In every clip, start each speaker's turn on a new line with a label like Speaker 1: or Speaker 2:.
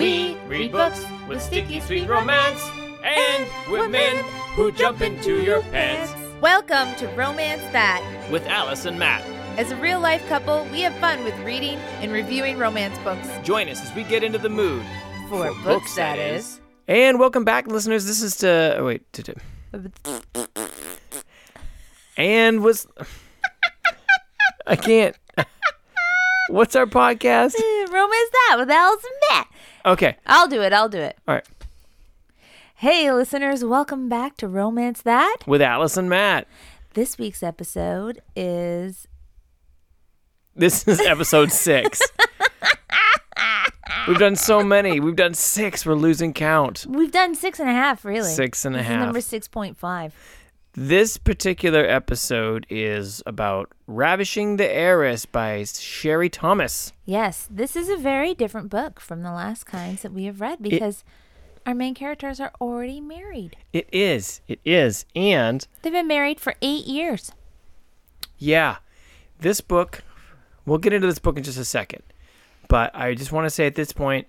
Speaker 1: Read books with sticky sweet romance and with men who jump into your pants
Speaker 2: Welcome to Romance That.
Speaker 1: with Alice and Matt.
Speaker 2: As a real life couple, we have fun with reading and reviewing romance books.
Speaker 1: Join us as we get into the mood.
Speaker 2: For,
Speaker 1: books, that is. And welcome back, listeners. This is to oh, wait. To, to. And was I can't. What's our podcast?
Speaker 2: Romance That with Alice and Matt.
Speaker 1: Okay,
Speaker 2: I'll do it. I'll do it.
Speaker 1: all right.
Speaker 2: Hey, listeners, welcome back to Romance That.
Speaker 1: With Alice and Matt.
Speaker 2: This week's episode is
Speaker 1: This is episode six. We've done so many. We've done six. We're losing count.
Speaker 2: we've done six and a half, really.
Speaker 1: Six and a
Speaker 2: This is
Speaker 1: half.
Speaker 2: Number six point five.
Speaker 1: This particular episode is about Ravishing the Heiress by Sherry Thomas.
Speaker 2: Yes, this is a very different book from the last kinds that we have read because our main characters are already married.
Speaker 1: It is. It is. And
Speaker 2: They've been married for eight years.
Speaker 1: Yeah. This book, we'll get into this book in just a second. But I just want to say at this point,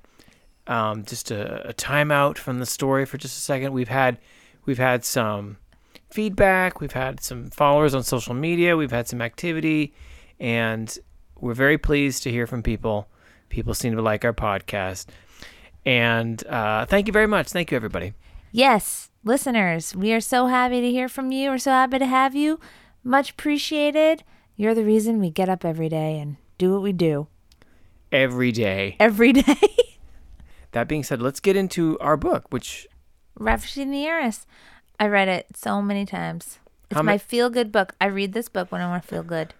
Speaker 1: um, just a, a timeout from the story for just a second. We've had, we've had some feedback. We've had some followers on social media. We've had some activity, and we're very pleased to hear from people. People seem to like our podcast, and uh, thank you very much. Thank you, everybody.
Speaker 2: Yes, listeners, we are so happy to hear from you. We're so happy to have you. Much appreciated. You're the reason we get up every day and do what we do
Speaker 1: Every day.
Speaker 2: every day.
Speaker 1: That being said, let's get into our book, which
Speaker 2: Ravishing the Heiress. I read it so many times. It's
Speaker 1: How ma-
Speaker 2: my feel good book. I read this book when I want to feel good.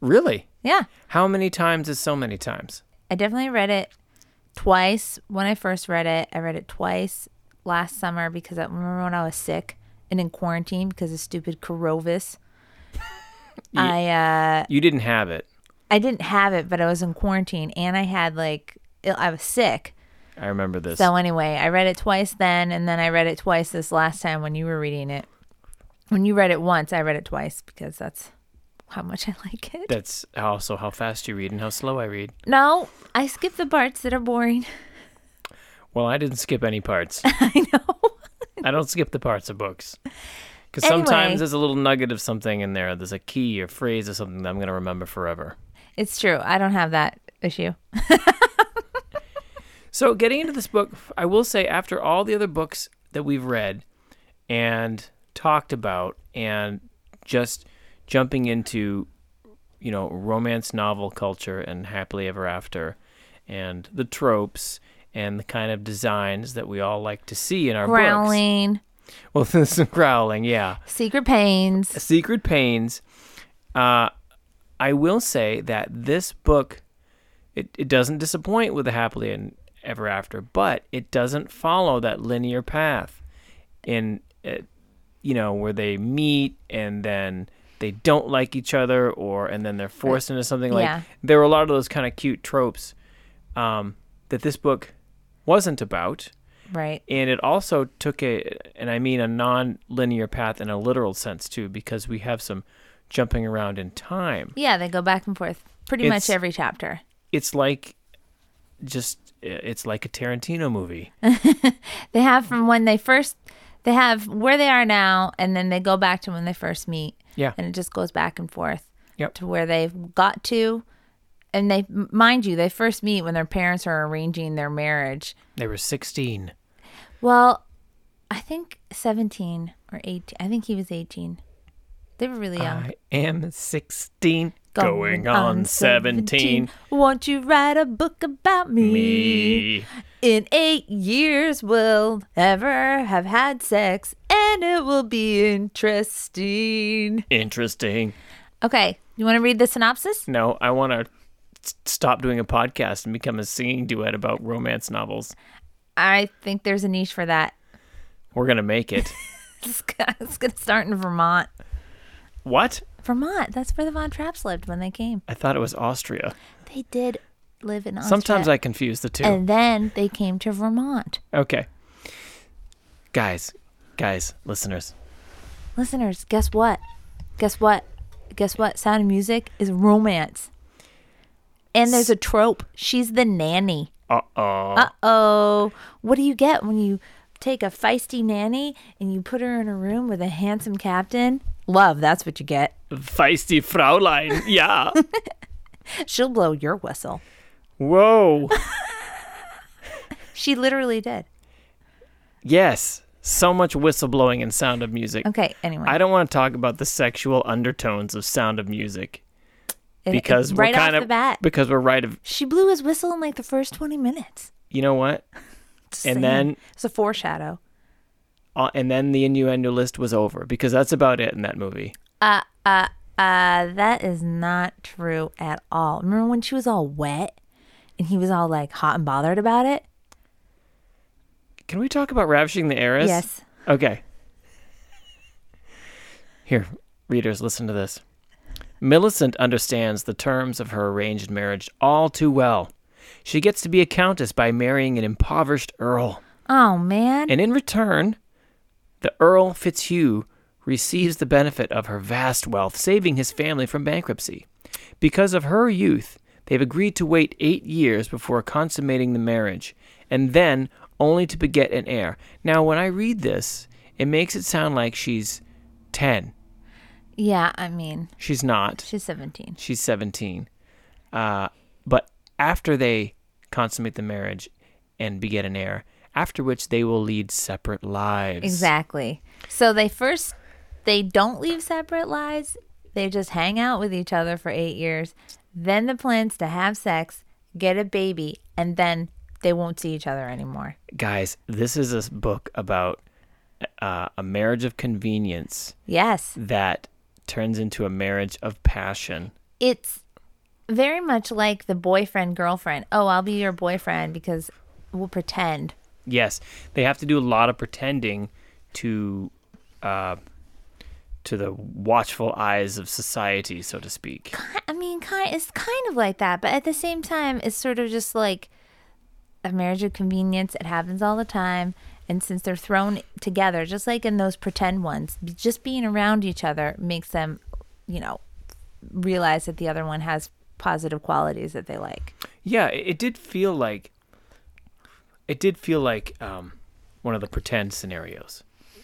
Speaker 1: really,
Speaker 2: Yeah.
Speaker 1: how many times is so many times?
Speaker 2: I definitely read it twice when I first read it. I read it twice last summer because I remember when I was sick and in quarantine because of stupid Corovis. I uh,
Speaker 1: You didn't have it.
Speaker 2: I didn't have it, but I was in quarantine and I had like ill- I was sick.
Speaker 1: I remember this.
Speaker 2: So anyway, I read it twice then, and then I read it twice this last time when you were reading it. When you read it once, I read it twice because that's how much I like it.
Speaker 1: That's also how fast you read and how slow I read.
Speaker 2: No, I skip the parts that are boring.
Speaker 1: Well, I didn't skip any parts.
Speaker 2: I know.
Speaker 1: I don't skip the parts of books. Because
Speaker 2: Anyway.
Speaker 1: sometimes there's a little nugget of something in there. There's a key or phrase or something that I'm going to remember forever.
Speaker 2: It's true. I don't have that issue.
Speaker 1: So, getting into this book, I will say, after all the other books that we've read and talked about, and just jumping into, you know, romance novel culture and happily ever after, and the tropes and the kind of designs that we all like to see in our
Speaker 2: Growling,
Speaker 1: books. Well, this is growling, yeah.
Speaker 2: secret pains.
Speaker 1: Secret Pains. Uh, I will say that this book, it, it doesn't disappoint with the happily and ever after, but it doesn't follow that linear path, in it, you know where they meet and then they don't like each other, or and then they're forced into something like.
Speaker 2: Yeah.
Speaker 1: There were a lot of those kind of cute tropes um, that this book wasn't about
Speaker 2: Right.
Speaker 1: and it also took a and i mean a non-linear path in a literal sense too because we have some jumping around in time
Speaker 2: Yeah, they go back and forth pretty
Speaker 1: It's-
Speaker 2: much every chapter.
Speaker 1: it's like just it's like a tarantino movie
Speaker 2: They have from when they first they have where they are now and then they go back to when they first meet.
Speaker 1: Yeah.
Speaker 2: And it just goes back and forth
Speaker 1: Yep.
Speaker 2: to where they've got to and they mind you, they first meet when their parents are arranging their marriage.
Speaker 1: they were 16
Speaker 2: Well, I think 17 or 18. I think he was 18. They were really young.
Speaker 1: i am 16 going, on 17
Speaker 2: Won't you write a book about me?
Speaker 1: me
Speaker 2: In eight years, we'll ever have had sex, and it will be interesting.
Speaker 1: interesting
Speaker 2: Okay, you want to read the synopsis?
Speaker 1: no i want to stop doing a podcast and become a singing duet about romance novels
Speaker 2: I think there's a niche for that.
Speaker 1: we're gonna make it
Speaker 2: It's gonna it's gonna start in Vermont.
Speaker 1: what
Speaker 2: Vermont, that's where the Von Trapps lived when they came.
Speaker 1: i thought it was austria
Speaker 2: They did live in Austria.
Speaker 1: sometimes i confuse the two
Speaker 2: And then they came to Vermont.
Speaker 1: Okay. Guys, guys, listeners,
Speaker 2: Listeners, guess what? Guess what? Guess what? Sound of Music is romance. And there's a trope. She's the nanny.
Speaker 1: uh oh,
Speaker 2: Uh oh. What do you get when you take a feisty nanny and you put her in a room with a handsome captain? Love, that's what you get.
Speaker 1: Feisty Fraulein. Yeah.
Speaker 2: She'll blow your whistle.
Speaker 1: Whoa.
Speaker 2: She literally did.
Speaker 1: Yes. So much whistleblowing and sound of music.
Speaker 2: Okay, anyway.
Speaker 1: I don't want to talk about the sexual undertones of sound of music
Speaker 2: It- it-
Speaker 1: because
Speaker 2: right
Speaker 1: we're kind
Speaker 2: off
Speaker 1: of
Speaker 2: the bat,
Speaker 1: because we're right of
Speaker 2: she blew his whistle in like the first 20 minutes.
Speaker 1: you know what?
Speaker 2: Just
Speaker 1: And
Speaker 2: saying.
Speaker 1: then-
Speaker 2: it's a foreshadow.
Speaker 1: Uh, and then the innuendo list was over because that's about it in that movie.
Speaker 2: Uh, uh, uh, that is not true at all. Remember when she was all wet and he was all like hot and bothered about it?
Speaker 1: Can we talk about ravishing the heiress?
Speaker 2: Yes.
Speaker 1: Okay. Here, readers, listen to this. Millicent understands the terms of her arranged marriage all too well. She gets to be a countess by marrying an impoverished earl.
Speaker 2: Oh, man.
Speaker 1: And in return, the Earl Fitzhugh receives the benefit of her vast wealth, saving his family from bankruptcy. Because of her youth, they've agreed to wait eight years before consummating the marriage, and then only to beget an heir. Now, when I read this, it makes it sound like she's 10.
Speaker 2: yeah, I mean,
Speaker 1: She's not.
Speaker 2: she's 17.
Speaker 1: She's 17. Uh, but after they consummate the marriage and beget an heir, after which they will lead separate lives.
Speaker 2: Exactly. So they first, they don't leave separate lives. They just hang out with each other for eight years. Then the plan's to have sex, get a baby, and then they won't see each other anymore.
Speaker 1: Guys, this is a s- book about uh, a marriage of convenience
Speaker 2: Yes.
Speaker 1: that turns into a marriage of passion.
Speaker 2: it's very much like the boyfriend girlfriend. Oh, I'll be your boyfriend because we'll pretend.
Speaker 1: Yes, they have to do a lot of pretending to uh, to the watchful eyes of society, so to speak.
Speaker 2: I mean, kind it's kind of like that, but at the same time, it's sort of just like a marriage of convenience. It happens all the time, and since they're thrown together, just like in those pretend ones, b- just being around each other makes them, you know, realize that the other one has positive qualities that they like.
Speaker 1: Yeah, it, it did feel like it did feel like um, one of the pretend scenarios,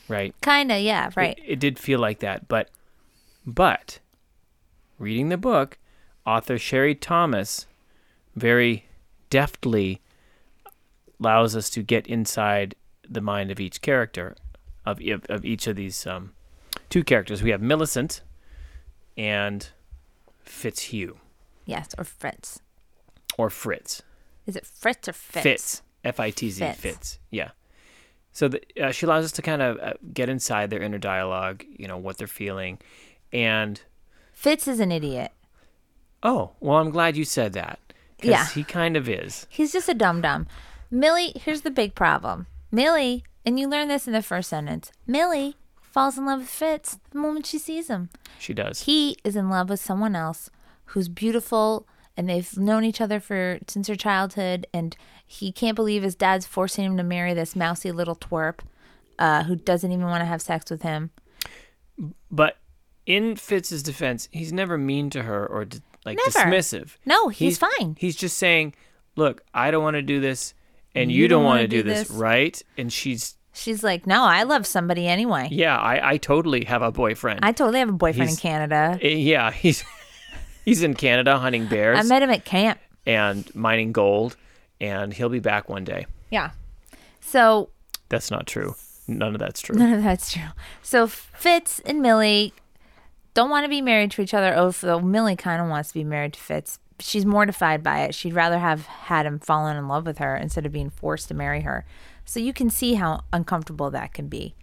Speaker 1: right?
Speaker 2: Kind of, yeah, right.
Speaker 1: It, it did feel like that, but but reading the book, author Sherry Thomas very deftly allows us to get inside the mind of each character of of, of each of these um, two characters. We have Millicent and Fitzhugh
Speaker 2: Yes, or Fritz.
Speaker 1: or Fritz.
Speaker 2: Is it Fritz or Fitz?
Speaker 1: Fitz. F I T Z.
Speaker 2: Fitz.
Speaker 1: Fitz. Yeah. So the, uh, she allows us to kind of uh, get inside their inner dialogue, you know, what they're feeling. And,
Speaker 2: Fitz is an idiot.
Speaker 1: oh, well, I'm glad you said that. 'cause
Speaker 2: Yeah.
Speaker 1: he kind of is.
Speaker 2: He's just a dum dum. Millie, here's the big problem. Millie, and you learn this in the first sentence. Millie falls in love with Fitz the moment she sees him.
Speaker 1: She does.
Speaker 2: He is in love with someone else who's beautiful and they've known each other for since her childhood and he can't believe his dad's forcing him to marry this mousy little twerp uh, who doesn't even want to have sex with him.
Speaker 1: But in Fitz's defense, he's never mean to her or d- like
Speaker 2: Never.
Speaker 1: dismissive.
Speaker 2: No, he's fine.
Speaker 1: He's just saying, look, I don't want to do this and you, don't want to do this,
Speaker 2: this.
Speaker 1: right? And she's,
Speaker 2: She's like, No, I love somebody anyway.
Speaker 1: yeah, I, I totally have a boyfriend.
Speaker 2: I totally have a boyfriend in
Speaker 1: He's-
Speaker 2: Canada.
Speaker 1: Uh, yeah, he's he's in Canada hunting bears.
Speaker 2: I met him at camp.
Speaker 1: and mining gold, and he'll be back one day.
Speaker 2: Yeah. So
Speaker 1: That's not true. None of that's true.
Speaker 2: None of that's true. So Fitz and Millie don't want to be married to each other. Oh, so Millie kind of wants to be married to Fitz. She's mortified by it. She'd rather have had him fallen in love with her instead of being forced to marry her. So you can see how uncomfortable that can be,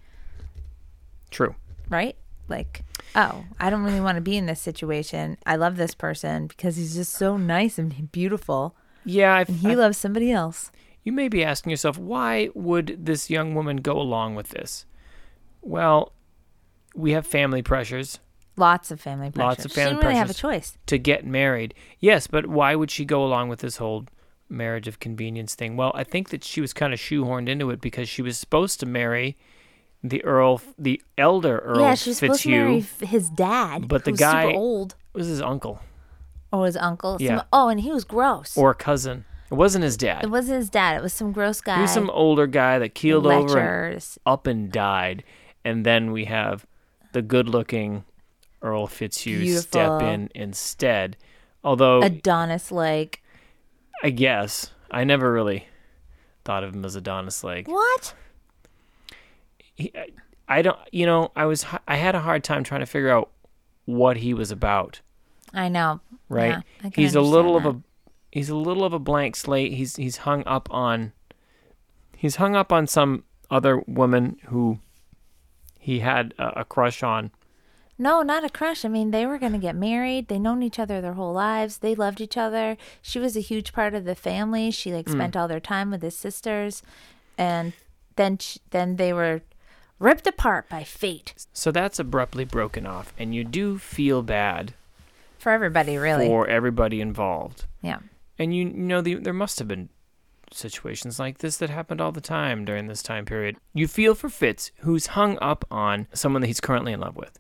Speaker 1: True.
Speaker 2: right? Like, oh, I don't really want to be in this situation. I love this person because he's just so nice and beautiful.
Speaker 1: Yeah, I've,
Speaker 2: He
Speaker 1: I-
Speaker 2: loves somebody else.
Speaker 1: you may be asking yourself, why would this young woman go along with this? Well, we have family pressures
Speaker 2: Lots of family pressure.
Speaker 1: Lots of
Speaker 2: she didn't
Speaker 1: family
Speaker 2: really have a
Speaker 1: pressures.
Speaker 2: choice.
Speaker 1: to get married. Yes, but why would she go along with this whole marriage of convenience thing? Well, I think that she was kind of shoehorned into it because she was supposed to marry the Earl, the elder Earl
Speaker 2: yeah, she's supposed to
Speaker 1: Fitzhugh.
Speaker 2: marry f- his dad,
Speaker 1: But the
Speaker 2: who's
Speaker 1: guy-
Speaker 2: super old.
Speaker 1: It was his uncle
Speaker 2: Oh, his uncle. Some-
Speaker 1: Yeah.
Speaker 2: oh, and he was gross.
Speaker 1: or cousin. It wasn't his dad.
Speaker 2: It wasn't his dad. It was some gross guy.
Speaker 1: He was some older guy that keeled over and
Speaker 2: Lechers.
Speaker 1: up and died. And then we have the good looking Earl Fitzhugh step
Speaker 2: Beautiful.
Speaker 1: in instead. Although,
Speaker 2: Adonis like.
Speaker 1: I guess I never really thought of him as Adonis like.
Speaker 2: What?
Speaker 1: he, I don't, you know, I was, h- I had a hard time trying to figure out what he was about.
Speaker 2: I know.
Speaker 1: Right?
Speaker 2: Yeah, I can
Speaker 1: he's a
Speaker 2: understand
Speaker 1: little
Speaker 2: that.
Speaker 1: of a, he's a little of a blank slate. He's he's hung up on, he's hung up on some other woman who he had a, a crush on.
Speaker 2: No, not a crush. I mean, they were going to get married. They known each other their whole lives. They loved each other. She was a huge part of the family. She
Speaker 1: Mm.
Speaker 2: like spent all their time with his sisters, and then sh then they were ripped apart by fate
Speaker 1: So that's abruptly broken off, and you do feel bad
Speaker 2: for everybody, really.
Speaker 1: for everybody involved.
Speaker 2: yeah.
Speaker 1: And you, you know, the, there must have been situations like this that happened all the time during this time period. You feel for Fitz, who's hung up on someone that he's currently in love with.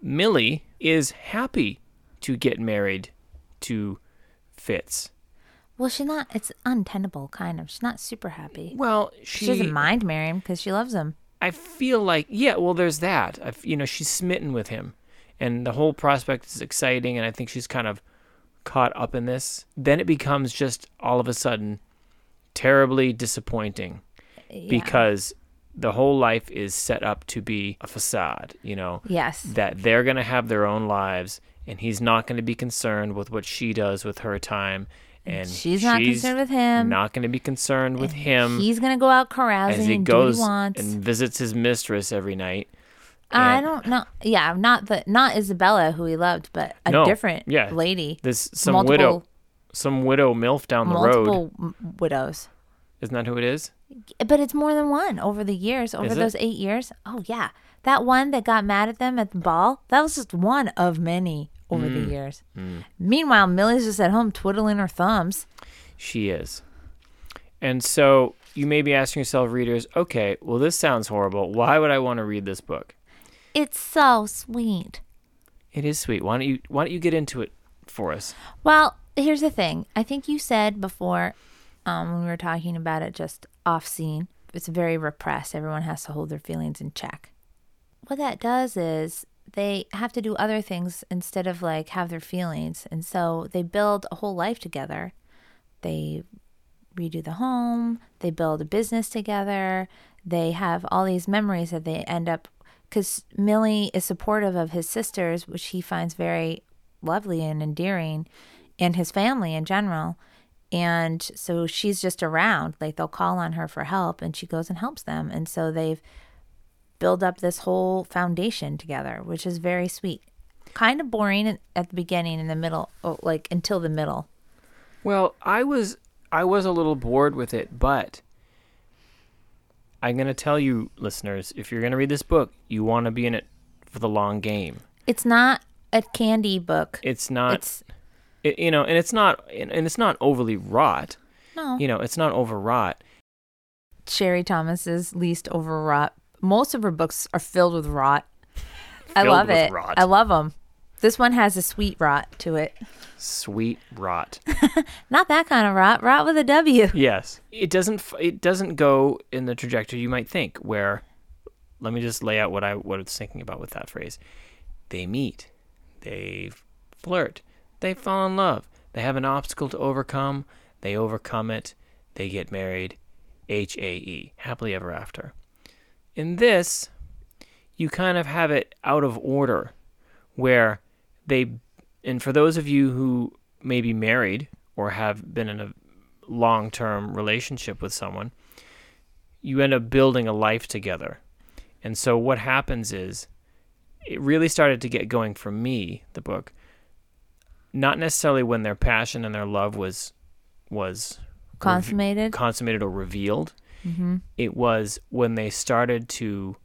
Speaker 1: Millie is happy to get married to Fitz.
Speaker 2: Well, she's not. It's untenable, kind of. She's not super happy.
Speaker 1: Well, she,
Speaker 2: She, doesn't mind marrying him because she loves him.
Speaker 1: I feel like, yeah, well, there's that. I f you know, she's smitten with him, and the whole prospect is exciting, and I think she's kind of caught up in this. Then it becomes just all of a sudden terribly disappointing because the whole life is set up to be a facade, you know,
Speaker 2: Yes.
Speaker 1: that they're going to have their own lives, and he's not going to be concerned with what she does with her time. And
Speaker 2: She's not concerned with him.
Speaker 1: Not going to be concerned with him
Speaker 2: He's gonna go out
Speaker 1: as
Speaker 2: carousing
Speaker 1: he
Speaker 2: and
Speaker 1: goes
Speaker 2: do what he wants.
Speaker 1: and visits his mistress every night.
Speaker 2: I
Speaker 1: and-
Speaker 2: don't know. Yeah, not the not Isabella who he loved, but a
Speaker 1: No,
Speaker 2: different
Speaker 1: yeah.
Speaker 2: lady.
Speaker 1: This some
Speaker 2: multiple,
Speaker 1: widow, some widow milf down the road.
Speaker 2: multiple m- widows,
Speaker 1: Isn't that who it is?
Speaker 2: but it's more than one over the years. Over
Speaker 1: Is it?
Speaker 2: those eight years, oh yeah, that one that got mad at them at the ball. That was just one of many over
Speaker 1: Mm.
Speaker 2: the years. Meanwhile, Millie's just at home twiddling her thumbs.
Speaker 1: She is. And so you may be asking yourself, readers, okay, well this sounds horrible. Why would I want to read this book?
Speaker 2: It's so sweet.
Speaker 1: It is sweet. Why don't you why don't you get into it for us?
Speaker 2: Well, here's the thing. I think you said before um, when we were talking about it just off scene, it's very repressed. Everyone has to hold their feelings in check. What that does is they have to do other things instead of like have their feelings. And so they build a whole life together. They redo the home, they build a business together, they have all these memories that they end up because Millie is supportive of his sisters, which he finds very lovely and endearing, and his family in general. And so she's just around. Like they'll call on her for help, and she goes and helps them. And so they've built up this whole foundation together, which is very sweet. Kind of boring at- at the beginning, in the middle, oh, like until the middle.
Speaker 1: Well, I was I was a little bored with it, but I'm going to tell you listeners, if you're going to read this book, you want to be in it for the long game.
Speaker 2: It's not a candy book.
Speaker 1: It's not
Speaker 2: it's
Speaker 1: it, you know, and it's not and, and it's not overly wrought.
Speaker 2: no
Speaker 1: You know, it's not overwrought.
Speaker 2: Sherry Thomas's least overwrought. Most of her books are filled with rot. I
Speaker 1: Filled
Speaker 2: love
Speaker 1: with
Speaker 2: it.
Speaker 1: rot.
Speaker 2: I love them. This one has a sweet rot to it.
Speaker 1: Sweet rot.
Speaker 2: Not that kind of rot. Rot with a W.
Speaker 1: yes, it doesn't. f- It doesn't go in the trajectory you might think. Where, let me just lay out what I what I was thinking about with that phrase. They meet, they flirt, they fall in love, they have an obstacle to overcome, they overcome it, they get married, H A E, happily ever after. In this, you kind of have it out of order where they and for those of you who may be married or have been in a long-term relationship with someone you end up building a life together and so what happens is it really started to get going for me the book not necessarily when their passion and their love was was
Speaker 2: Consummated.
Speaker 1: consummated or revealed.
Speaker 2: Mm-hmm.
Speaker 1: It was when they started to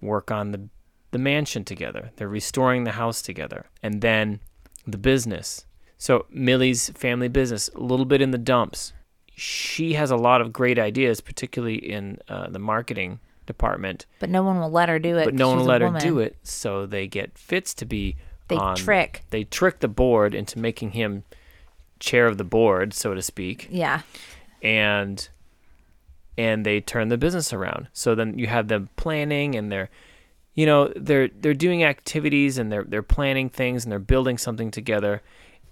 Speaker 1: work on the the mansion together. They're restoring the house together, and then the business. So Millie's family business, a little bit in the dumps. She has a lot of great ideas, particularly in uh, the marketing department,
Speaker 2: But no one will let her do it.
Speaker 1: but no one let her do it. So they get Fitz to be.
Speaker 2: They
Speaker 1: on-
Speaker 2: trick.
Speaker 1: They trick the board into making him chair of the board, so to speak,
Speaker 2: Yeah.
Speaker 1: and and they turn the business around. So then you have them planning and they're you know, they're they're doing activities and they're they're planning things and they're building something together.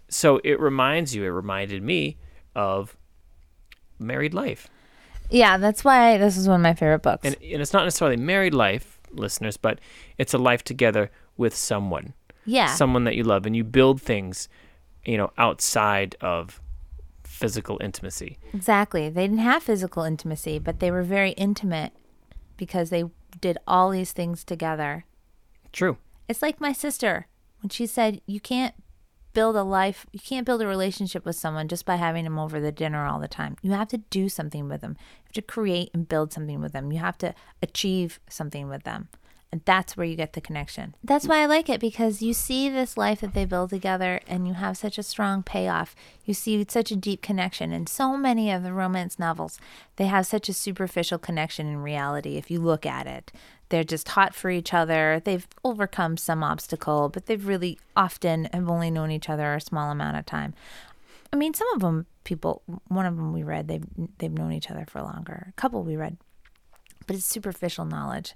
Speaker 1: So it reminds you, it reminded me of married life.
Speaker 2: Yeah, that's why this is one of my favorite books.
Speaker 1: And and it's not necessarily married life, listeners, but it's a life together with someone.
Speaker 2: yeah.
Speaker 1: someone that you love and you build things you know outside of physical intimacy
Speaker 2: Exactly. They didn't have physical intimacy, but they were very intimate because they did all these things together.
Speaker 1: true
Speaker 2: It's like my sister when she said, You can't build a life, you can't build a relationship with someone just by having them over the dinner all the time. You have to do something with them, you have to create and build something with them, you have to achieve something with them. And that's where you get the connection. That's why I like it because you see this life that they build together and you have such a strong payoff. You see such a deep connection. And so many of the romance novels, they have such a superficial connection in reality if you look at it. They're just hot for each other. They've overcome some obstacle, but they've really often have only known each other a small amount of time. I mean, some of them people, one of them we read, they've they've known each other for longer. A couple we read, but it's superficial knowledge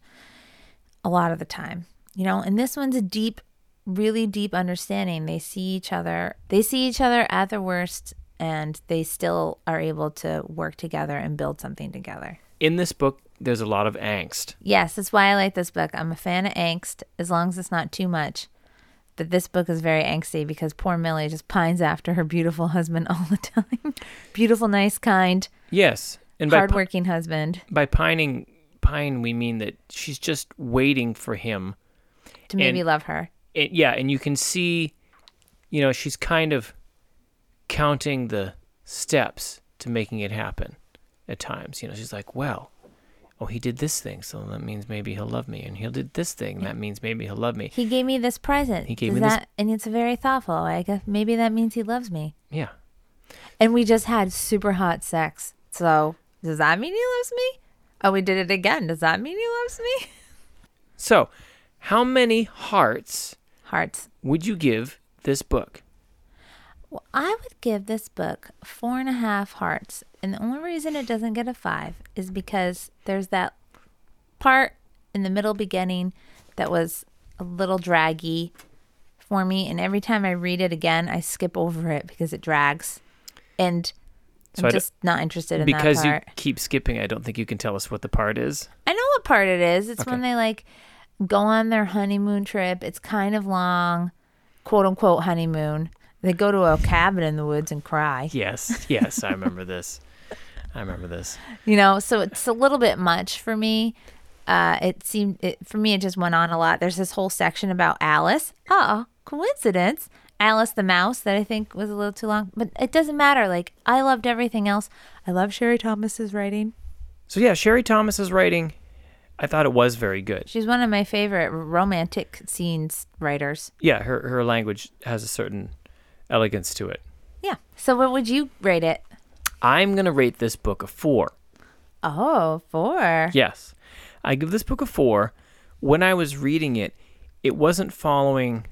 Speaker 2: a lot of the time, you know. And this one's a deep, really deep understanding. They see each other. They see each other at their worst, and they still are able to work together and build something together.
Speaker 1: in this book there's a lot of angst
Speaker 2: Yes, that's why I like this book. I'm a fan of angst, as long as it's not too much. But this book is very angsty because poor Millie just pines after her beautiful husband all the time. beautiful, nice, kind,
Speaker 1: yes and by, pi-
Speaker 2: hardworking husband
Speaker 1: by pining pine we mean that she's just waiting for him
Speaker 2: to maybe love her.
Speaker 1: it, yeah and you can see you know she's kind of counting the steps to making it happen at times you know she's like well oh he did this thing so that means maybe he'll love me and he did this thing that means maybe he'll love me
Speaker 2: He gave me this present.
Speaker 1: He gave
Speaker 2: Does
Speaker 1: me this-
Speaker 2: that, and it's very thoughtful. I guess maybe that means he loves me.
Speaker 1: yeah
Speaker 2: And we just had super hot sex. So does that mean he loves me? Oh, we did it again. Does that mean he loves me?
Speaker 1: So, how many hearts
Speaker 2: Hearts.
Speaker 1: would you give this book?
Speaker 2: Well, I would give this book four and a half hearts. And the only reason it doesn't get a five is because there's that part in the middle beginning that was a little draggy for me. And every time I read it again, I skip over it because it drags. And
Speaker 1: So I
Speaker 2: I'm
Speaker 1: d-
Speaker 2: just not interested in
Speaker 1: Because
Speaker 2: that
Speaker 1: you
Speaker 2: part.
Speaker 1: keep skipping, I don't think you can tell us what the part is.
Speaker 2: I know what part it is. It's when
Speaker 1: Okay.
Speaker 2: they like go on their honeymoon trip. It's kind of long, quote unquote honeymoon. They go to a cabin in the woods and cry.
Speaker 1: Yes, yes, I remember this. I remember this.
Speaker 2: you know so it's a little bit much for me uh it seemed it, for me it just went on a lot there's this whole section about alice oh coincidence alice the mouse that i think was a little too long but it doesn't matter like i loved everything else i love sherry thomas's writing
Speaker 1: So yeah, Sherry Thomas's writing, I thought it was very good.
Speaker 2: she's one of my favorite romantic scenes writers
Speaker 1: Yeah, her her language has a certain elegance to it.
Speaker 2: yeah so what would you rate it
Speaker 1: I'm gonna rate this book a four.
Speaker 2: oh four
Speaker 1: Yes. I give this book a four. When I was reading it, it wasn't following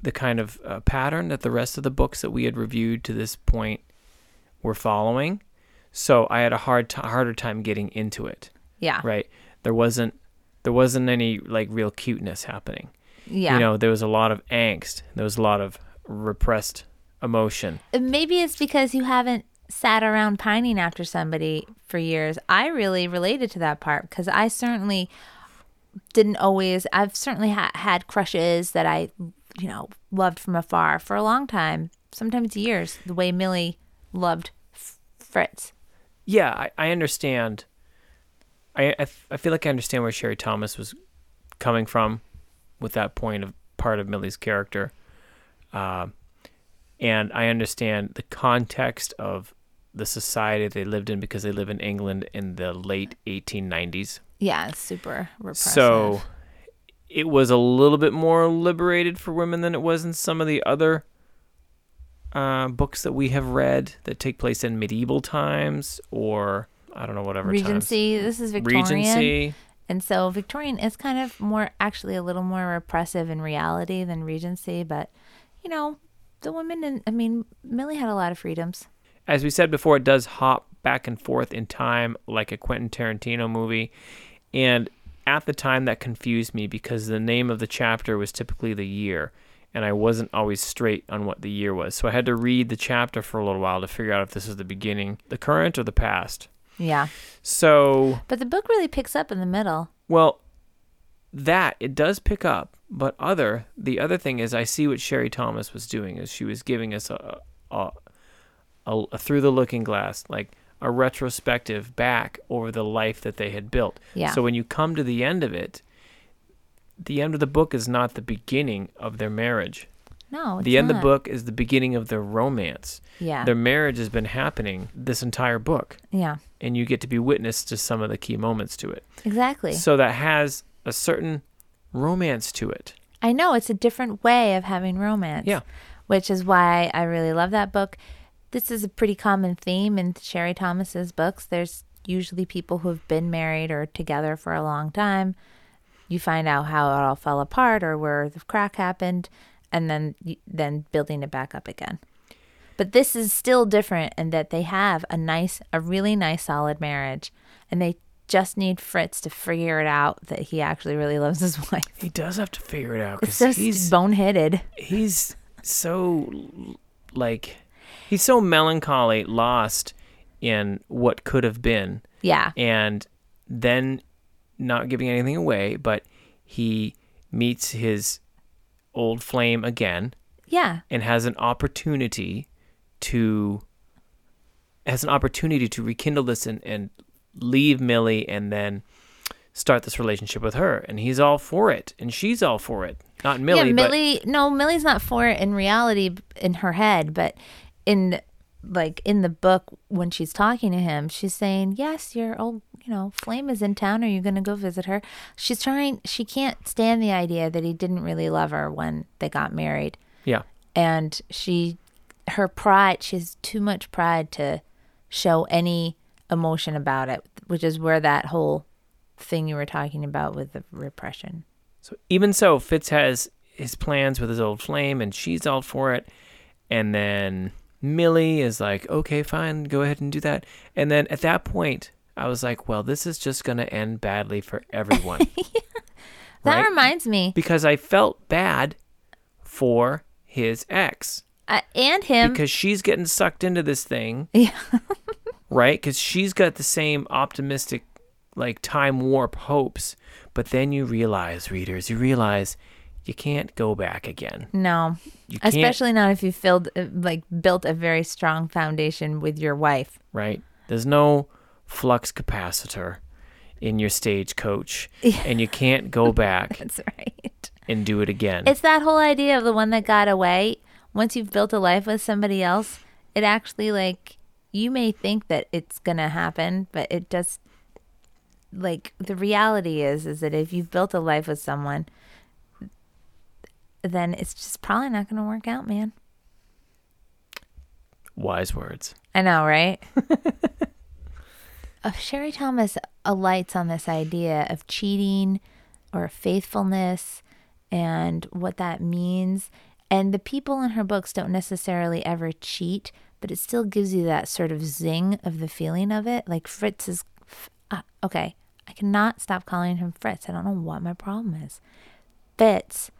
Speaker 1: the kind of uh, pattern that the rest of the books that we had reviewed to this point were following. So I had a hard t- harder time getting into it.
Speaker 2: yeah
Speaker 1: Right? There wasn't there wasn't any like real cuteness happening.
Speaker 2: yeah
Speaker 1: You know, there was a lot of angst. There was a lot of repressed emotion.
Speaker 2: maybe it's because you haven't sat around pining after somebody for years. I really related to that part because I certainly didn't always. I've certainly ha- had crushes that I, you know, loved from afar for a long time, sometimes years. The way Millie loved F- Fritz.
Speaker 1: yeah, I, I understand. I, I f- I feel like I understand where Sherry Thomas was coming from with that point of part of Millie's character, Um and I understand the context of the society they lived in because they live in England in the late 1890s.
Speaker 2: Yeah, it's super repressive.
Speaker 1: So it was a little bit more liberated for women than it was in some of the other uh, books that we have read that take place in medieval times or I don't know whatever times.
Speaker 2: Regency. This is Victorian.
Speaker 1: Regency.
Speaker 2: And so Victorian is kind of more, actually, a little more repressive in reality than Regency, but you know, the women and I mean Millie had a lot of freedoms.
Speaker 1: As we said before, it does hop back and forth in time like a Quentin Tarantino movie. And at the time, that confused me because the name of the chapter was typically the year. And I wasn't always straight on what the year was. So I had to read the chapter for a little while to figure out if this is the beginning, the current, or the past.
Speaker 2: Yeah.
Speaker 1: So,
Speaker 2: But the book really picks up in the middle.
Speaker 1: well, that it does pick up. But other, the other thing is, I see what Sherry Thomas was doing is she was giving us a, a, a, a through the looking glass, like a retrospective back over the life that they had built.
Speaker 2: Yeah.
Speaker 1: So when you come to the end of it, the end of the book is not the beginning of their marriage.
Speaker 2: No. It's
Speaker 1: the end of
Speaker 2: not.
Speaker 1: the book is the beginning of their romance.
Speaker 2: Yeah.
Speaker 1: Their marriage has been happening this entire book,
Speaker 2: Yeah.
Speaker 1: and you get to be witness to some of the key moments to it.
Speaker 2: Exactly.
Speaker 1: So that has a certain romance to it.
Speaker 2: I know it's a different way of having romance.
Speaker 1: Yeah.
Speaker 2: Which is why I really love that book. This is a pretty common theme in Sherry Thomas's books. There's usually people who have been married or together for a long time. You find out how it all fell apart or where the crack happened and then then building it back up again. But this is still different in that they have a nice a really nice solid marriage and they just need Fritz to figure it out that he actually really loves his wife.
Speaker 1: He does have to figure it out
Speaker 2: It's
Speaker 1: because
Speaker 2: so
Speaker 1: he's
Speaker 2: boneheaded.
Speaker 1: he's so like he's so melancholy, lost in what could have been,
Speaker 2: Yeah.
Speaker 1: and then not giving anything away, but he meets his old flame again
Speaker 2: Yeah.
Speaker 1: and has an opportunity to has an opportunity to rekindle this and, and leave Millie and then start this relationship with her. And he's all for it. And she's all for it. Not Millie,
Speaker 2: yeah,
Speaker 1: but
Speaker 2: Millie no, Millie's not for it in reality b- in her head, but in like in the book when she's talking to him, she's saying, "Yes, your old, you know, flame is in town. Are you going to go visit her?" She's trying she can't stand the idea that he didn't really love her when they got married.
Speaker 1: yeah.
Speaker 2: and she her pride she has too much pride to show any emotion about it which is where that whole thing you were talking about with the repression
Speaker 1: So even so, Fitz has his plans with his old flame, and she's all for it. And then Millie is like, "Okay, fine, go ahead and do that." And then at that point, I was like, "Well, this is just gonna end badly for everyone,"
Speaker 2: that
Speaker 1: Right.
Speaker 2: reminds me
Speaker 1: because I felt bad for his ex
Speaker 2: uh, and him
Speaker 1: because she's getting sucked into this thing,
Speaker 2: yeah
Speaker 1: right? Because she's got the same optimistic, like time warp hopes. But then you realize, readers, you realize you can't go back again.
Speaker 2: no
Speaker 1: You can't-
Speaker 2: especially not if you filled uh, like built a very strong foundation with your wife
Speaker 1: right? There's no flux capacitor in your stagecoach, and you can't go back
Speaker 2: that's right
Speaker 1: and do it again.
Speaker 2: it's that whole idea of the one that got away once you've built a life with somebody else it actually like you may think that it's gonna happen but it just like the reality is is that if you've built a life with someone then it's just probably not gonna work out man
Speaker 1: Wise words.
Speaker 2: i know right oh, sherry thomas alights on this idea of cheating or faithfulness and what that means. And the people in her books don't necessarily ever cheat, but it still gives you that sort of zing of the feeling of it. Like Fritz is, f- uh, okay, I cannot stop calling him Fritz. I don't know what my problem is. Fitz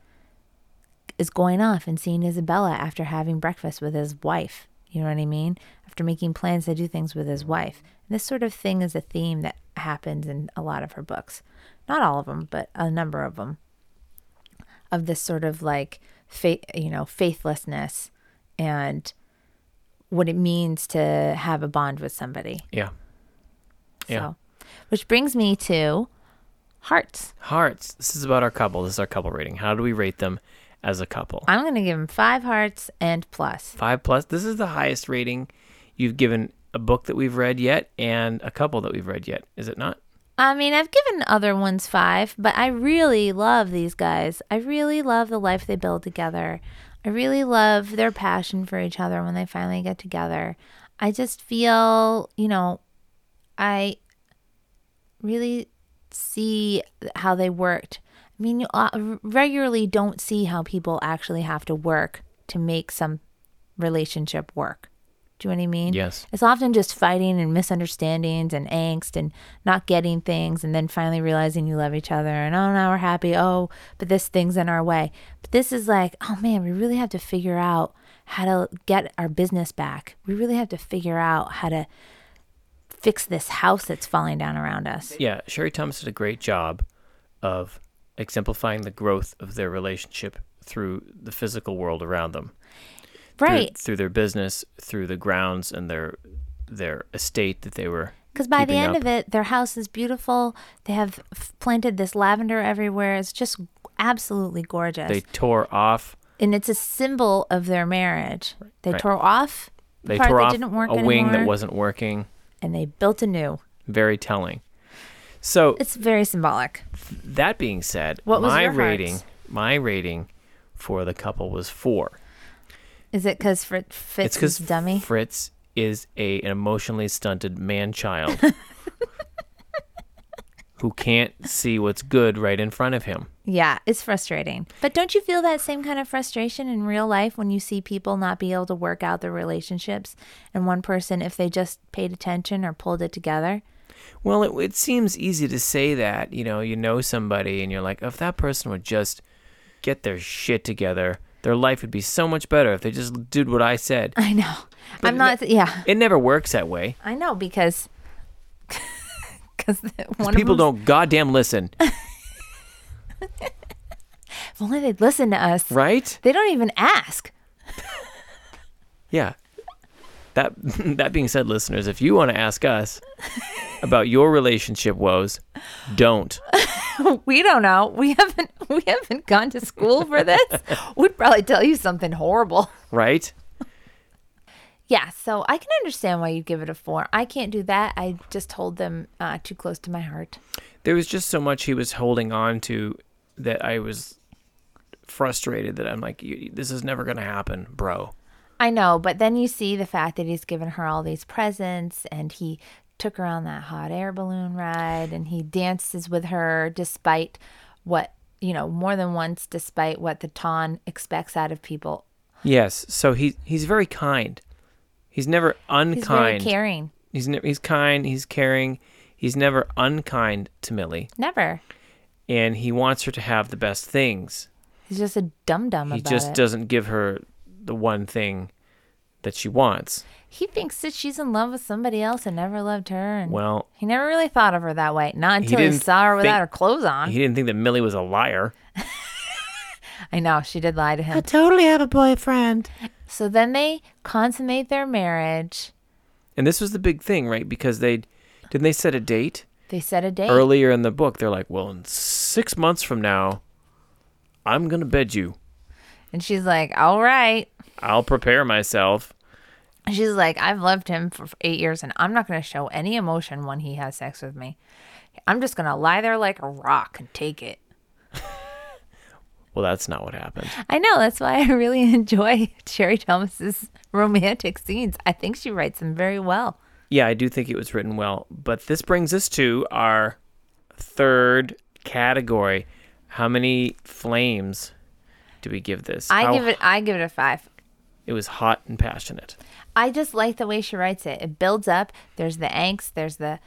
Speaker 2: is going off and seeing Isabella after having breakfast with his wife. You know what I mean? After making plans to do things with his wife. This sort of thing is a theme that happens in a lot of her books. Not all of them, but a number of them of this sort of like faith, you know, faithlessness and what it means to have a bond with somebody.
Speaker 1: Yeah. Yeah.
Speaker 2: So, which brings me to hearts.
Speaker 1: Hearts. This is about our couple. This is our couple rating. How do we rate them as a couple?
Speaker 2: I'm going to give him five hearts and plus.
Speaker 1: Five plus. This is the highest rating you've given a book that we've read yet and a couple that we've read yet, is it not?
Speaker 2: I mean, I've given other ones five, but I really love these guys. I really love the life they build together. I really love their passion for each other when they finally get together. I just feel, you know, I really see how they worked. I mean, you uh, regularly don't see how people actually have to work to make some relationship work. Do you know what I mean?
Speaker 1: Yes.
Speaker 2: It's often just fighting and misunderstandings and angst and not getting things and then finally realizing you love each other and oh now we're happy. Oh, but this thing's in our way. But this is like, oh man, we really have to figure out how to get our business back. We really have to figure out how to fix this house that's falling down around us.
Speaker 1: Yeah, Sherry Thomas did a great job of exemplifying the growth of their relationship through the physical world around them. through-
Speaker 2: Right.
Speaker 1: Through, their business, through the grounds and their their estate that they were
Speaker 2: Because by the
Speaker 1: keeping
Speaker 2: end
Speaker 1: up.
Speaker 2: of it, their house is beautiful. They have f- planted this lavender everywhere. It's just absolutely gorgeous.
Speaker 1: they tore off
Speaker 2: and it's a symbol of their marriage. They
Speaker 1: Right.
Speaker 2: tore off the
Speaker 1: they
Speaker 2: part
Speaker 1: tore
Speaker 2: that
Speaker 1: off
Speaker 2: didn't work
Speaker 1: a wing that
Speaker 2: anymore,
Speaker 1: wasn't working.
Speaker 2: and they built anew.
Speaker 1: Very telling. So
Speaker 2: It's very symbolic.
Speaker 1: that being said,
Speaker 2: What was
Speaker 1: my
Speaker 2: your heart's?
Speaker 1: rating my rating for the couple was four.
Speaker 2: Is it because Fritz
Speaker 1: It's
Speaker 2: Fitz
Speaker 1: because
Speaker 2: is dummy?
Speaker 1: Fritz is a, an emotionally stunted man child who can't see what's good right in front of him.
Speaker 2: yeah, it's frustrating. But don't you feel that same kind of frustration in real life when you see people not be able to work out their relationships, and one person, if they just paid attention or pulled it together,
Speaker 1: Well, it, it seems easy to say that. You know, you know somebody and you're like, if that person would just get their shit together, their life would be so much better if they just did what I said.
Speaker 2: I know. I'm not. yeah,
Speaker 1: It never works that way.
Speaker 2: I know because because one
Speaker 1: People
Speaker 2: of them.
Speaker 1: don't goddamn listen,
Speaker 2: If only they'd listen to us.
Speaker 1: right?
Speaker 2: They don't even ask.
Speaker 1: Yeah. That that being said, listeners, if you want to ask us about your relationship woes, don't.
Speaker 2: We don't know. We haven't. We haven't gone to school for this. We'd probably tell you something horrible.
Speaker 1: Right?
Speaker 2: Yeah. So I can understand why you give it a four. I can't do that. I just hold them uh, too close to my heart.
Speaker 1: There was just so much he was holding on to that I was frustrated that I'm like, "You- this is never gonna happen, bro.
Speaker 2: I know, but then you see the fact that he's given her all these presents and he took her on that hot air balloon ride and he dances with her despite what, you know, more than once, despite what the Ton expects out of people.
Speaker 1: Yes. So he he's very kind. He's never
Speaker 2: He's
Speaker 1: unkind.
Speaker 2: very caring.
Speaker 1: he's ne- he's kind. He's caring. He's never unkind to Millie,
Speaker 2: Never.
Speaker 1: and he wants her to have the best things.
Speaker 2: He's just a dum dum
Speaker 1: He
Speaker 2: about
Speaker 1: just
Speaker 2: it.
Speaker 1: doesn't give her the one thing that she wants.
Speaker 2: he thinks that she's in love with somebody else and never loved her. And
Speaker 1: Well,
Speaker 2: he never really thought of her that way. Not until he,
Speaker 1: didn't
Speaker 2: saw her without
Speaker 1: think-
Speaker 2: her clothes on.
Speaker 1: he didn't think that Millie was a liar.
Speaker 2: I know, she did lie to him.
Speaker 1: totally have a boyfriend.
Speaker 2: So then they consummate their marriage.
Speaker 1: And this was the big thing, right? Because they didn't they set a date
Speaker 2: They set a date.
Speaker 1: earlier in the book. They're like, well, in six months from now, I'm gonna bed you.
Speaker 2: And she's like, all right.
Speaker 1: I'll prepare myself.
Speaker 2: And She's like, I've loved him for eight years and I'm not going to show any emotion when he has sex with me. I'm just going to lie there like a rock and take it.
Speaker 1: Well, that's not what happened.
Speaker 2: I know. That's why I really enjoy Sherry Thomas's romantic scenes. I think she writes them very well.
Speaker 1: Yeah, I do think it was written well. But this brings us to our third category. How many flames do we give this?
Speaker 2: I
Speaker 1: How-
Speaker 2: give it I give it a 5.
Speaker 1: It was hot and passionate.
Speaker 2: I just like the way she writes it. It builds up. There's the angst, there's the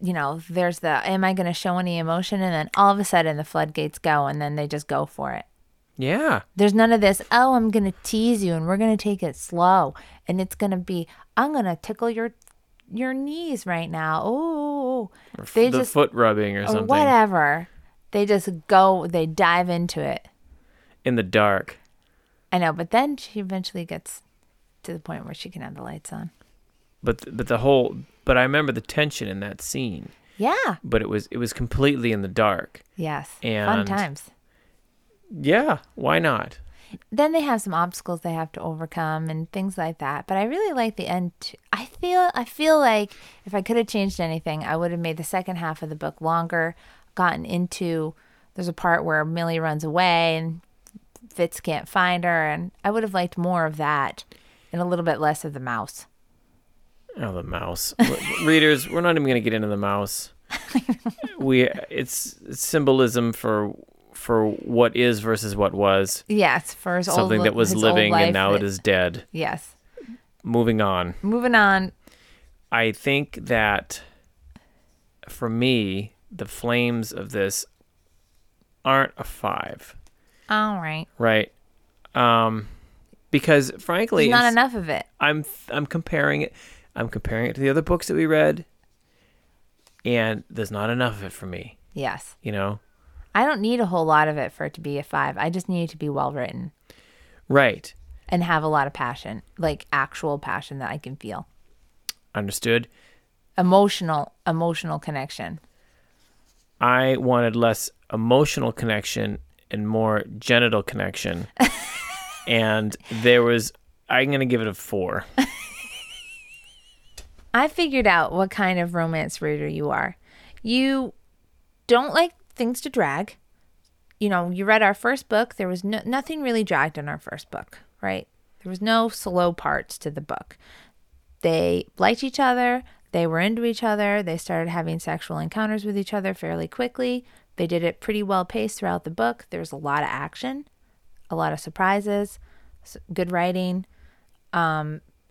Speaker 2: you know, there's the am I going to show any emotion and then all of a sudden the floodgates go and then they just go for it.
Speaker 1: Yeah.
Speaker 2: There's none of this, oh, I'm going to tease you and we're going to take it slow and it's going to be I'm going to tickle your your knees right now. Oh, they
Speaker 1: the
Speaker 2: just Oh,
Speaker 1: foot rubbing or
Speaker 2: or
Speaker 1: something
Speaker 2: whatever. They just go, they dive into it.
Speaker 1: in the dark.
Speaker 2: I know, but then she eventually gets to the point where she can have the lights on.
Speaker 1: But but the whole but I remember the tension in that scene.
Speaker 2: Yeah.
Speaker 1: But it was it was completely in the dark.
Speaker 2: Yes. Fun
Speaker 1: And-
Speaker 2: times.
Speaker 1: Yeah, why not?
Speaker 2: Then they have some obstacles they have to overcome and things like that. But I really like the end. T- I feel I feel like if I could have changed anything, I would have made the second half of the book longer. Gotten into there's a part where Millie runs away and Fitz can't find her, and I would have liked more of that and a little bit less of the mouse.
Speaker 1: Oh, the mouse. W- Readers, we're not even going to get into the mouse. we it's, it's symbolism for for what is versus what was.
Speaker 2: Yes, for his old
Speaker 1: Something
Speaker 2: li-
Speaker 1: that was
Speaker 2: his old
Speaker 1: living
Speaker 2: life
Speaker 1: and now it
Speaker 2: that-
Speaker 1: is dead.
Speaker 2: Yes.
Speaker 1: Moving on.
Speaker 2: Moving on.
Speaker 1: I think that for me, the flames of this aren't a five,
Speaker 2: All right.
Speaker 1: right? Um, because frankly,
Speaker 2: There's not
Speaker 1: it's-
Speaker 2: enough of it.
Speaker 1: I'm I'm comparing it. I'm comparing it to the other books that we read, and there's not enough of it for me.
Speaker 2: Yes.
Speaker 1: You know,
Speaker 2: I don't need a whole lot of it for it to be a five. I just need it to be well written
Speaker 1: right?
Speaker 2: and have a lot of passion, like actual passion that I can feel.
Speaker 1: Understood.
Speaker 2: Emotional, emotional connection.
Speaker 1: I wanted less emotional connection and more genital connection, and there was. I'm gonna give it a four.
Speaker 2: I figured out what kind of romance reader you are. You don't like things to drag. You know, you read our first book, there was no, nothing really dragged in our first book, right? There was no slow parts to the book. They liked each other, they were into each other, they started having sexual encounters with each other fairly quickly. They did it pretty well paced throughout the book. There was a lot of action, a lot of surprises, s- good writing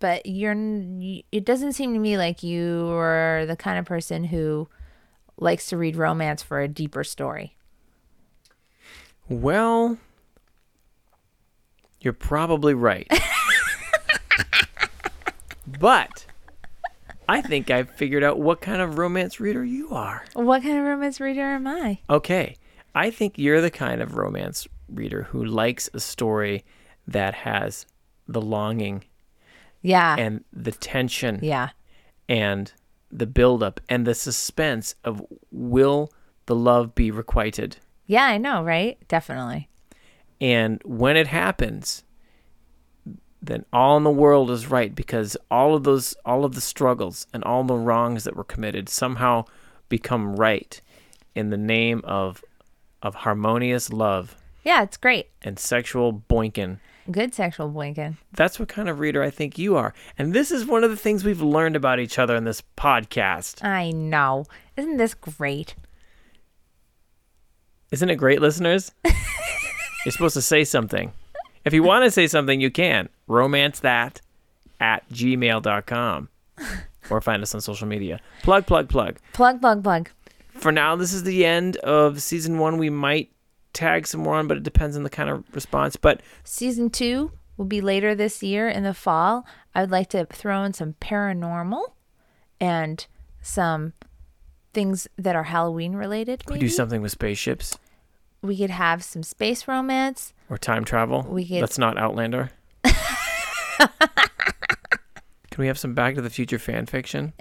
Speaker 2: but you're n- y- it doesn't seem to me like you are the kind of person who likes to read romance for a deeper story
Speaker 1: Well, you're probably right. but I think I've figured out what kind of romance reader you are.
Speaker 2: what kind of romance reader am i
Speaker 1: Okay. I think you're the kind of romance reader who likes a story that has the longing
Speaker 2: yeah
Speaker 1: and the tension
Speaker 2: yeah
Speaker 1: and the buildup and the suspense of will the love be requited?
Speaker 2: yeah i know right definitely
Speaker 1: And when it happens, then all in the world is right because all of those, all of the struggles and all the wrongs that were committed somehow become right in the name of of harmonious love
Speaker 2: yeah it's great
Speaker 1: and sexual boinkin.
Speaker 2: good sexual blinking
Speaker 1: That's what kind of reader I think you are. And this is one of the things we've learned about each other in this podcast.
Speaker 2: i know isn't this great
Speaker 1: Isn't it great, listeners? You're supposed to say something. If you want to say something, you can. Romance that at gmail.com or find us on social media. Plug, plug, plug.
Speaker 2: plug plug plug
Speaker 1: For now, this is the end of season one. We might tag some more on, but it depends on the kind of response. But
Speaker 2: season two will be later this year in the fall. I would like to throw in some paranormal and some things that are Halloween related.
Speaker 1: we
Speaker 2: Maybe.
Speaker 1: do something with spaceships
Speaker 2: We could have some space romance.
Speaker 1: or time travel.
Speaker 2: We could-
Speaker 1: That's not Outlander. can we have some Back to the Future fan fiction?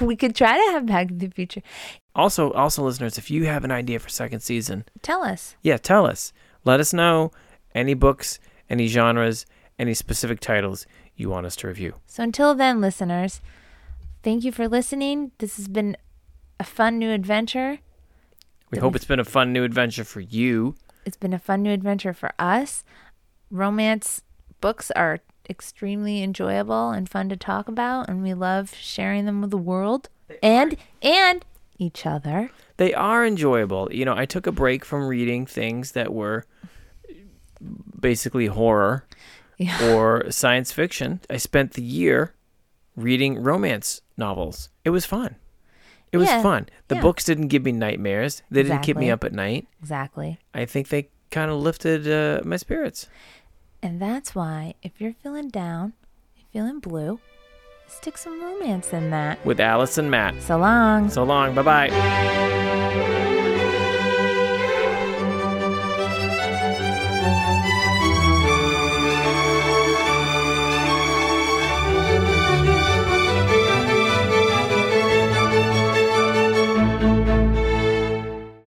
Speaker 2: We could try to have Back to the Future.
Speaker 1: Also, also listeners, if you have an idea for second season,
Speaker 2: Tell us.
Speaker 1: yeah, tell us. Let us know any books, any genres, any specific titles you want us to review.
Speaker 2: So until then, listeners, thank you for listening. This has been a fun new adventure.
Speaker 1: We hope it's been a fun new adventure for you.
Speaker 2: It's been a fun new adventure for us. Romance books are extremely enjoyable and fun to talk about, and we love sharing them with the world and and each other.
Speaker 1: They are enjoyable. You know, I took a break from reading things that were basically horror
Speaker 2: Yeah.
Speaker 1: or science fiction. I spent the year reading romance novels. It was fun. It was
Speaker 2: Yeah,
Speaker 1: fun. The
Speaker 2: yeah.
Speaker 1: books didn't give me nightmares. They didn't keep me
Speaker 2: Exactly.
Speaker 1: up at night.
Speaker 2: Exactly.
Speaker 1: I think they kind of lifted uh, my spirits.
Speaker 2: And that's why if you're feeling down, you're feeling blue, stick some romance in that.
Speaker 1: With Alice and Matt.
Speaker 2: So long.
Speaker 1: So long. Bye bye.